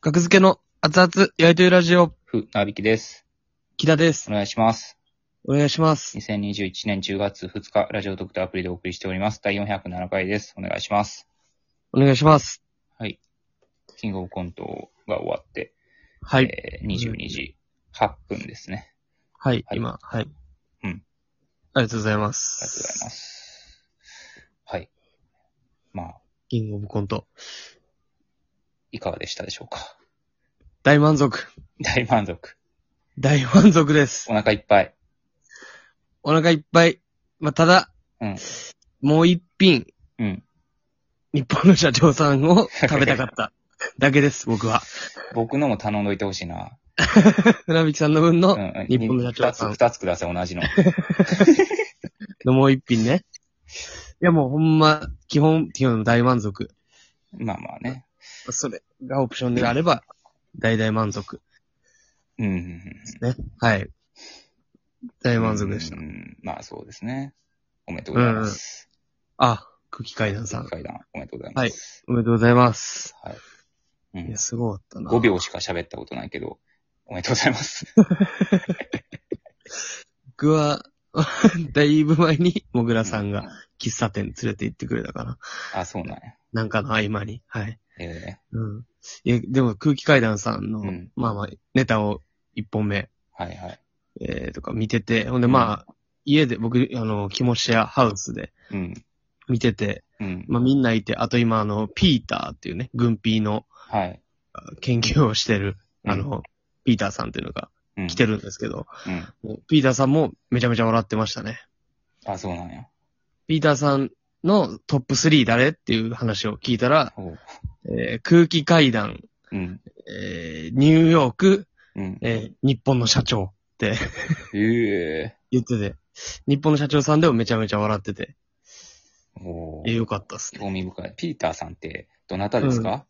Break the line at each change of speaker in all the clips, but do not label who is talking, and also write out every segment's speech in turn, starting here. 学付けの熱々焼いてるラジオ、
ふ、なびきです。
木田です
お。願いします。
お願いします。
2021年10月2日、ラジオドクターアプリでお送りしております。第407回です。お願いします。
お願いします。
キングオブコントが終わって、
はい。
えー22時8分ですね。
はい。
はい
今、はい。
うん。
ありがとうございま
ありがとうござい
す。
ます。はい。まあ、
キングオブコント。
いかがでしたでしょうか。
大満足。
大満足。
大満足です
お。腹いっぱい。
お腹いっぱい。まあ、ただ、
うん
もう一品、
うん。
日本の社長さん を食べたかった。だけです、僕は。
僕のも頼んどいてほしいな。
船引さんの分の
う、んうん
日本の社長さん
二つ、二つください、同じの。
のもう一品ね。いやもうほんま、基本、基本大満足。
まあまあね。
それがオプションであれば、大大満足。
うんうんうん。
はい。大満足でした
う。ん。まあそうですね。おめでとうございます。
あ、空気階段さん。
階段、おめでとうございます。
おめでとうございます。
はい。
いや、すごかったな。
5。秒しか喋ったことないけど、おめでとうございます。
僕は、 だいぶ前に、もぐらさんが。喫茶店連れて行ってくれたかな。
あ、そうなんや。
なんかの合間に。はい。
え
うん。え、でも空気階段さんの、
うん
まあまあ、ネタを一本目、
えはいはい。
えー、とか見てて、ほんでまあ、家で僕、あの、気持ちやハウスで
うん。
見てて、
うん。
まあみんないて、あと今あの、ピーターっていうね、軍ピーの
はい。
研究をしてる、
うん
あの、ピーターさんっていうのが
うん。
来てるんですけど、
うん。
もうピーターさんもめちゃめちゃ笑ってましたね。
あ、そうなんや。
ピーターさんのトップ3誰っていう話を聞いたら、
おう
えー空気階段、
うん。
えーニューヨーク、
うん。
えー日本の社長って
ええ
言ってて、日本の社長さんでもめちゃめちゃ笑ってて、
お
えー
ー
よかったっすね。
興味深い。ピーターさんって、どなたですか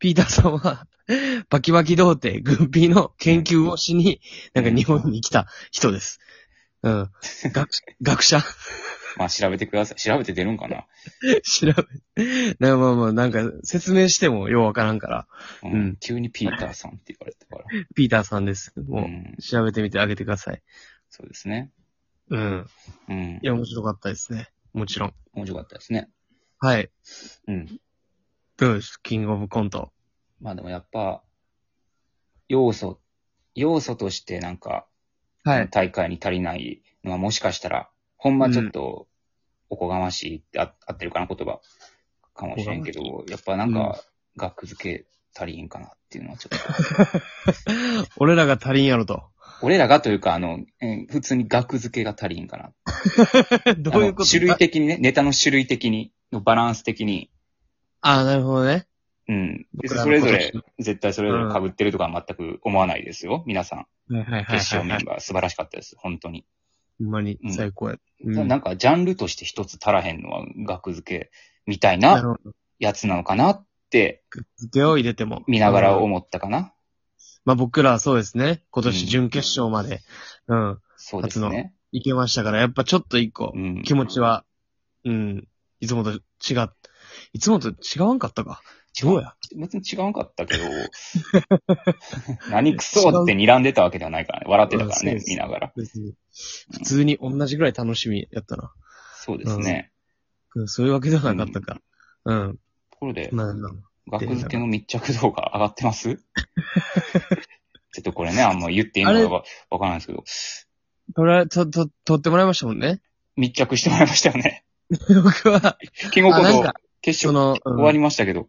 ピーターさんは、 バキバキ童貞、軍備の研究をしに、なんか日本に来た人です。うん。学、学者
まあ調べてください。調べて出るんかな
調べ、 なまあまあ、なんか説明してもようわからんから、
う
うん
ん。急にピーターさんって言われたから。
ピーターさんです。
う
も
ん
う、。調べてみてあげてください。
そうですね。
うん。
うん
い。や、面白かったですね。もちろん。
面白かったですね。
はい。
うん。
どうですキングオブコント。
まあでもやっぱ、要素、要素としてなんか、
はい。
大会に足りないのはもしかしたら、ほんまちょっと、おこがましいってあ合ってるかな言葉かもしれんけ
お
ど、やっぱなんか、学付け足りんかなっていうのはちょっと、
俺らが足りんやろと。
俺らがというか、あの、えー普通に学付けが足りんかな。
どういうこと
あの種類的にね、ネタの種類的に、のバランス的に、
ああ、なるほどね。
うん。
僕ら
そ
の
れ
今
ぞ
年
れ、絶対それぞれ被ってるとかは全く思わないですよ。皆さん、
はいはいはい
決
は
勝
い、
メ
はい
ン。バー素晴らしかったです。本当に。
ほんまに最高や。うん
なんか、ジャンルとして一つ足らへんのは、額付けみたい
な
な
るほど。
やつなのかなって、
手を入れても。
見ながら
うん
思ったかな。
まあ僕らはそうですね。今
う
年
ん
準決勝まで、うん、
そうですね。
行けましたから、やっぱちょっと一個
う、ん。
気持ちは、うん、いつもと違っ、いつもと違わんかったか。どうや
別に違うんかったけ ど、何クソって睨んでたわけではないからね。笑ってた
う
から
んそうで
ね、
す
見ながら。
別に。普通に同じぐらい楽しみやったな。
そうですね。
うん、そういうわけではなかったか。うん。
ところで、
まあ、まあ
額付けの密着度が上がってます ちょっとこれね、あんま言っていいの
あれ
かわわからないですけど、
取られ、と、と、取ってもらいましたもんね。
密着してもらいましたよね。
僕は、
キングオブコン
あなん
ト
か
決
その、
勝
うん
終わりましたけど、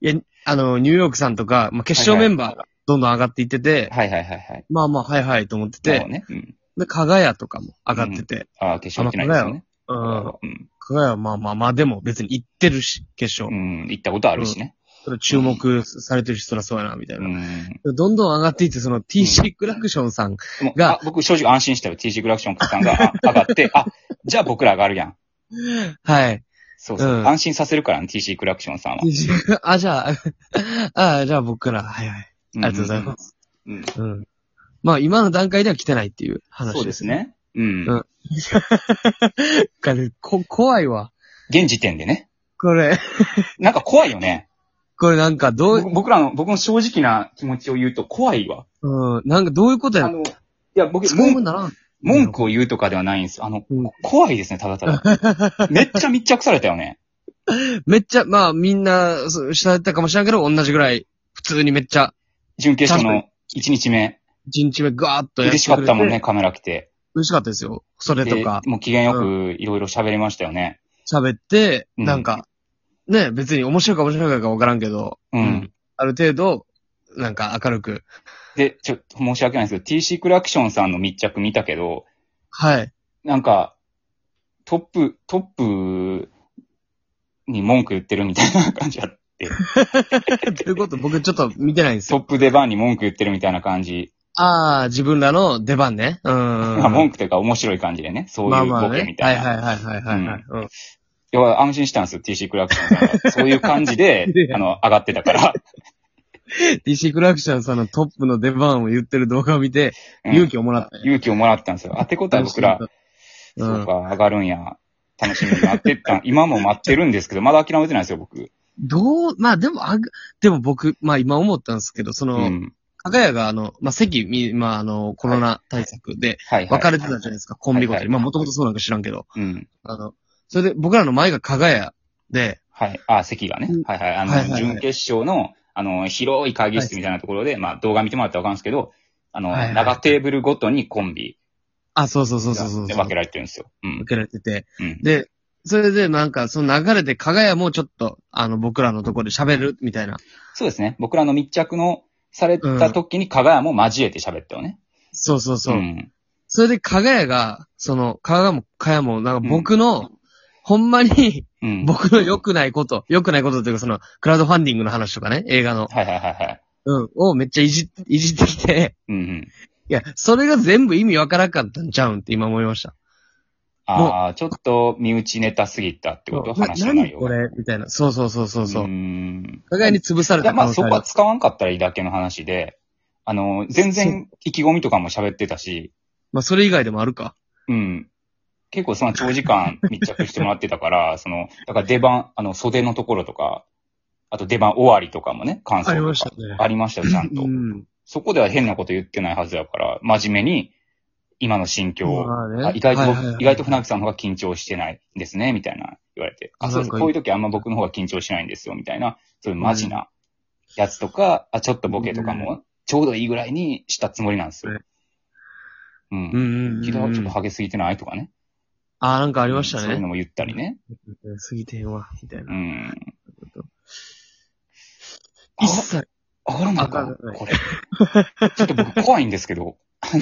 いや、あの、ニューヨークさんとか、まあ、決勝メンバーがどんどん上がっていってて、
はいはいはいはい。
まあまあ、はいはいと思って
も
て
う、ね、うん。
で、加賀屋とかも上がってて、
ああ、決勝行ってないですよね。
う。
うんん。
加賀屋はまあまあまあ、でも別に行ってるし、決
う
勝。
ん。行ったことあるしね。
それ注目されてる人らそうやな、みたいうな。
ん。
どんどん上がっていって、その TC クラクションさん、
でも
が
あ僕正直安心したよ。TC クラクションさんが あ上がって、あ、じゃあ僕ら上がるやん。
はい。
そうそう。
うん
安心させるからね、TC クラクションさんは。
TC あ、じゃあ、 あ、じゃあ僕ら、はいはい。ありがとうございます。
す。うん。
うん。まあ、今の段階では来てないっていう話
そうです。ね。うん
うん。かねこ、怖いわ。
現時点でね。
これ、
なんか怖いよね。
これなんかどう、
僕僕らの、僕の正直な気持ちを言うと怖いわ。
うん、なんかどういうことや
あ
ねん。
の、いや、僕、
そう
文
ならん。
文句を言うとかではないんですよ。あの、
うん
怖いですね、ただた だ。めっちゃ密着されたよね。
めっちゃ、まあみんな、そう、しゃったかもしれんけど、同じぐらい、普通にめっちゃ、
準決勝
確
の1日目。
一日目ガーッとや
嬉
て
し
くれ
か
て
ったもんね、。カメラ来て。
嬉しかったですよ。それと
で
か、、
もう機嫌よくいろいろ喋れましたよね。
喋って、
うん
なんか、ね、別に面白いか面白くないかわからんけど、
うん。
うんある程度、なんか明るく。
で、ちょっと申し訳ないんですけど、TC クラクションさんの密着見たけど、
はい。
なんか、トップ、トップに文句言ってるみたいな感じだった。
ということ、僕ちょっと見てないんです
ト
よ。
ップ出番に文句言ってるみたいな感じ。
ああ、自分らの出番ね。うん。
まあ文句というか面白い感じでね、そう
ま
い
あ
う
まあ
ボケ
ね
み。た
はいい
な。
はいはいはいはいはい。うん
要は安心したんですよ、TC クラクションさんが。そういう感じで
い、や
あの、上がってた から。
DC クラクションさんのトップの出番を言ってる動画を見て、
うん
勇気をもらったよ
勇気をもらったんですよ。あ、ってことは僕ら、
う。
そうんか、上がるんや。楽しみに待ってった。今も待ってるんですけど、まだ諦めてないですよ、僕。
どう、まあでも、あぐでも僕、まあ今思ったんですけど、そうの、
ん。
かがやがあの、まあ席み、まああの、コロナ対策で
はい、はい。
分かれてたじゃないですか、コンビごと
はい
に。
は
ま
い
あもともとそうなんか知らんけど。
うん。
あの、それで僕らの前がかがやで、
はい。あ、席がね
うん。
はいはい。
は
あ
いはい
の、
はい
準決勝の、あの、広い会議室みたいなところで、まあ、動画見てもらったらわかるんですけど、あの、
はいはい
長テーブルごとにコンビ
あ、そうそうそう
が
そうそう
分
そう。
けられてるんですよ。うん
分。けられてて。
うん。
で、それでなんか、その流れで、かがやもちょっと、あの、僕らのところで喋る、みたいな。
そうですね。僕らの密着の、された時に、加賀谷も交えて喋ったよね。
そうそうそう。
ん。
それで、かがやが、その、かがやも、かやも、なんか僕の、ほんまに、
うん。
僕の良くないこと、良くないことというか、その、クラウドファンディングの話とかね、映画の、
はいはいはいはい。
うん、をめっちゃいじ、いじってきて、
うんうん。
いや、それが全部意味わからんかったんちゃうんって今思いました。
ああ、ちょっと身内ネタすぎたってこと
な
話の内
何
容
こ
が。
れみたいな。そうそうそうそう。そう
ーん。
かがやに潰され
いや、
た
ま
可
あ
能
そ
性
こ
あ
は
る。
使わんかったらいいだけの話で、あの、全然意気込みとかも喋ってたし、
まあ、それ以外でもあるか。
うん。結構その長時間密着してもらってたから、 その、だから出番、あの、袖のところとか、あと出番終わりとかもね、感想とか。
ありましたね
ありましたよ、ちゃんと。
うん。
そこでは変なこと言ってないはずだから、真面目に、今の心境を、
まあね
あ意外と、
はいはいはい
意外と船木さんの方が緊張してないですね、みたいな言われて。あ、
あ
そうです。
なんか
こういう時あんま僕の方が緊張しないんですよ、みたいな、そういうマジなやつとか、あ、ちょっとボケとかも、ちょうどいいぐらいにしたつもりなんですよ
はい。
う
うん
ん。
うんうん
気がちょっとハゲすぎてないとかね。
ああ、なんかあ
あ
りました
そういうの
ね。
も言ったりね。
過ぎてんわ、みたいうな。
ん。
一切。
上がらない
上
か
がらない
これ。ちょっと僕怖いんですけど。あの、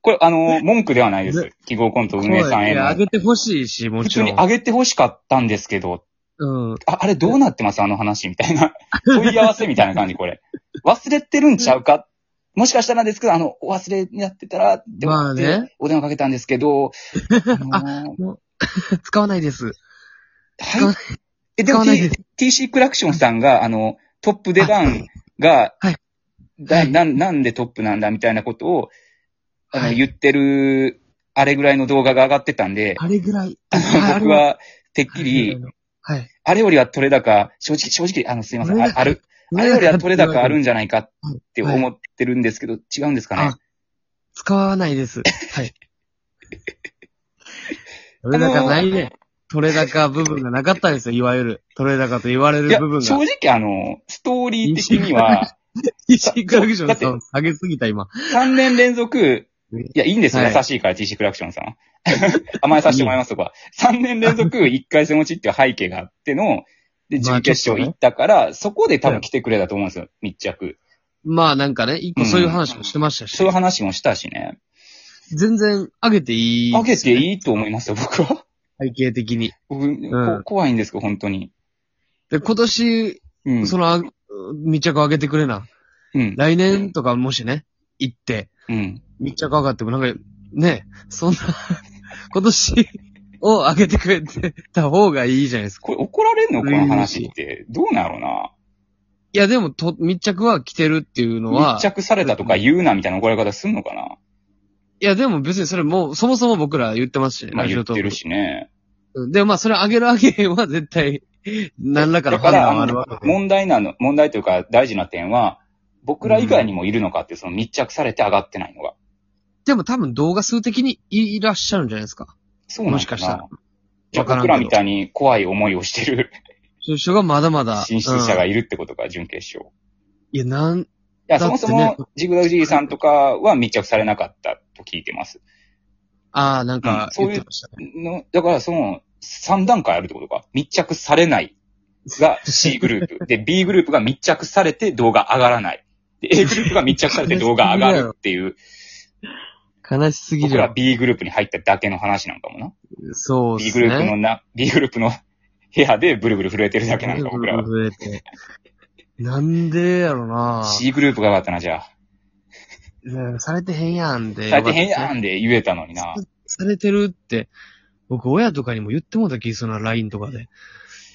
これあの、文句ではないです。記号コント運営さん
い
へ
や、あ
の。
げてほしいし、も
普
ち
通
ろ
に
ん。
上げて欲しかったんですけど、
うん。
あ、あれどうなってますあの話みた いな。問い合わせみたいな感じ、これ。忘れてるんちゃうかもしかしたらですけど、あの、お忘れになってたら、って思って
まあね
お電話かけたんですけど、あ のー
使わないです。
はい。え、
使
でも
わないで
T- TC クラクションさんが、あの、トップ出番が、
はいは
だ
い
なんなんでトップなんだみたいなことを、あの、
はい
言ってる、あれぐらいの動画が上がってたんで、
あれぐらい。
僕は、てっき
あれぐ、
り
らいのはい。
あれよりは取れ高、正直、正直、あの、すいません、
取れ
あ
高
ある、あれよりは取れ高あるんじゃないかっ
はい
て思ってるんですけど、違うんですかね
あ。使わない です。はい。取れ高ないね。取れ高部分がなかったんですよ、いわゆる。取れ高と言われ
いや、
る部分
正
が。
直、あの、ストーリー的 には、
石井クラクション
だ
さん下げすぎた、今。
3年連続、いや、いいんですよ。
はい
優しいから、TC クラクションさん。 甘えさせてもらいますとか。3年連続1回戦落ちっていう背景があっての、で、
まあ
準決勝行ったから、そこで多分来てくれたと思うんですよ、密着。
まあなんかね、一個そういう話もしてましたし
そうい。う話もしたしね。
全然上げていい。
あげていいと思いますよ、僕は。
背景的に。
僕、こ怖いんですけど、本当に。
で、今年、
うん。
その、あ密着上げてくれな。
うん。
来年とかもしね、行って、
うん。
密着上がってもなんか、ね、そんな、 今年を上げてくれてた方がいいじゃないですか。
これ怒られんのこの話って。どうなんやろう
いや、でも、と、密着は来てるっていうの
な。
は
密、着されたとか言うなみたいな怒られ方すんのかない
や、でも別にそれもう、そもそも僕ら言ってますしね、
まあ
ラジ
言
オ
っ
ト
て
ー
る
ク。
しね。
うんで、まあ、それ上げる上げへんは絶対何らかの
だ
判
から、
断が
あ
ある
の
わけで。
問題なの、問題というか大事な点は、僕ら以外にもいるのかっていう、その密着されて上がってないのが。
でも多分動画数的にいらっしゃるんじゃないですか。
そうなん
もしかしたら
ら。じゃあ
わからん
僕
けど
らみたいに怖い思いをしてる
そういう人がまだまだ。
進出者が
い
いるってことか、準決勝。
いや、なん、
いや、
だ
そ
って
も
ね
そも、ジグザグジギーさんとかは密着されなかったと聞いてます。
ああ、なん
うん
か
そうい
言
う
ってましたね。
のだから、その、3段階あるってことか。密着されないが C グループ。で、B グループが密着されて動画上がらない。で、A グループが密着されて動画上がるっ ていう、
悲しすぎ
僕
る
ら
よ。
B グループに入っただけの話なんかもな。
そうで
B
す
グ
ね。
ループのな、B グループの 部屋でブルブル震えてるだけなんか、僕らは。
増えて。なんでやろな
C グループが上がったな、じゃあ。
うんされてへんやんで。
大変や
ん。
んで言えたのにな。
されてるって、僕親とかにも言ってもうた気するな、LINE とかで。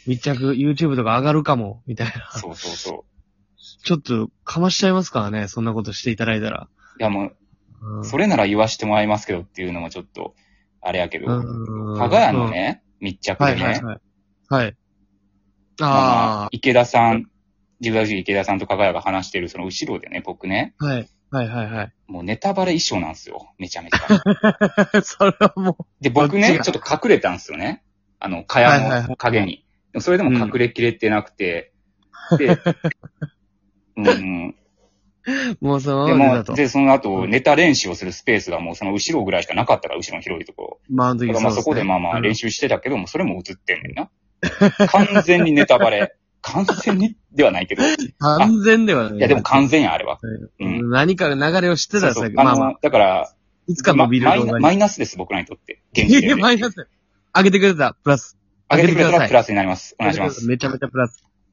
密着、YouTube とか上がるかも、みたいな。
そうそうそう。
ちょっと、かましちゃいますからね、そんなことしていただいたら。
いや、も
う
う、
ん
それなら言わしてもらいますけどっていうのもちょっと、あれやけど。
うん
加賀屋のね、密着
うんは
で
いはい
ね。
はい。はい。
ま
あ
あ、池田さん、ジグザグジギー池田さんと加賀谷が話してるその後ろでね、僕ね、
あ、はい。はいはいはい。
もうネタバレ衣装なんですよ。めちゃめち ゃ。
それはも
で、僕
どっ
ね
ち、が
ちょっと隠れたんですよね。あの、蚊
はいはい
帳
は
の影に。でもそれでも隠れきれてなく て、で、うんうん、
う、もうその
で
まま
も
だと。
で、その後、ネタ練習をするスペースがもうその後ろぐらいしかなかったから、後ろの広いとこ
まあ、あの
ろ。だ
時
からまあそこでまあまあ練
習。
習してたけども、それも映って んねんな。完全にネタバレ。完全にではないけど。い
うん完全ではない。
や、でも完全や、あれは。
う
うん
ん何か流れを知ってたら
そう
さ
そう、
まあま
あ
あ
の、、だから、
いつか
ま
伸びる
マイ
動
ナ
画
マ
に。
イナスです、僕らにとって。現時
いや
点で
マイナス。上げてくれたらプラス。
上げてくれたらプ
ラ
ラスになります。お願いします。
めちゃめちゃプラス。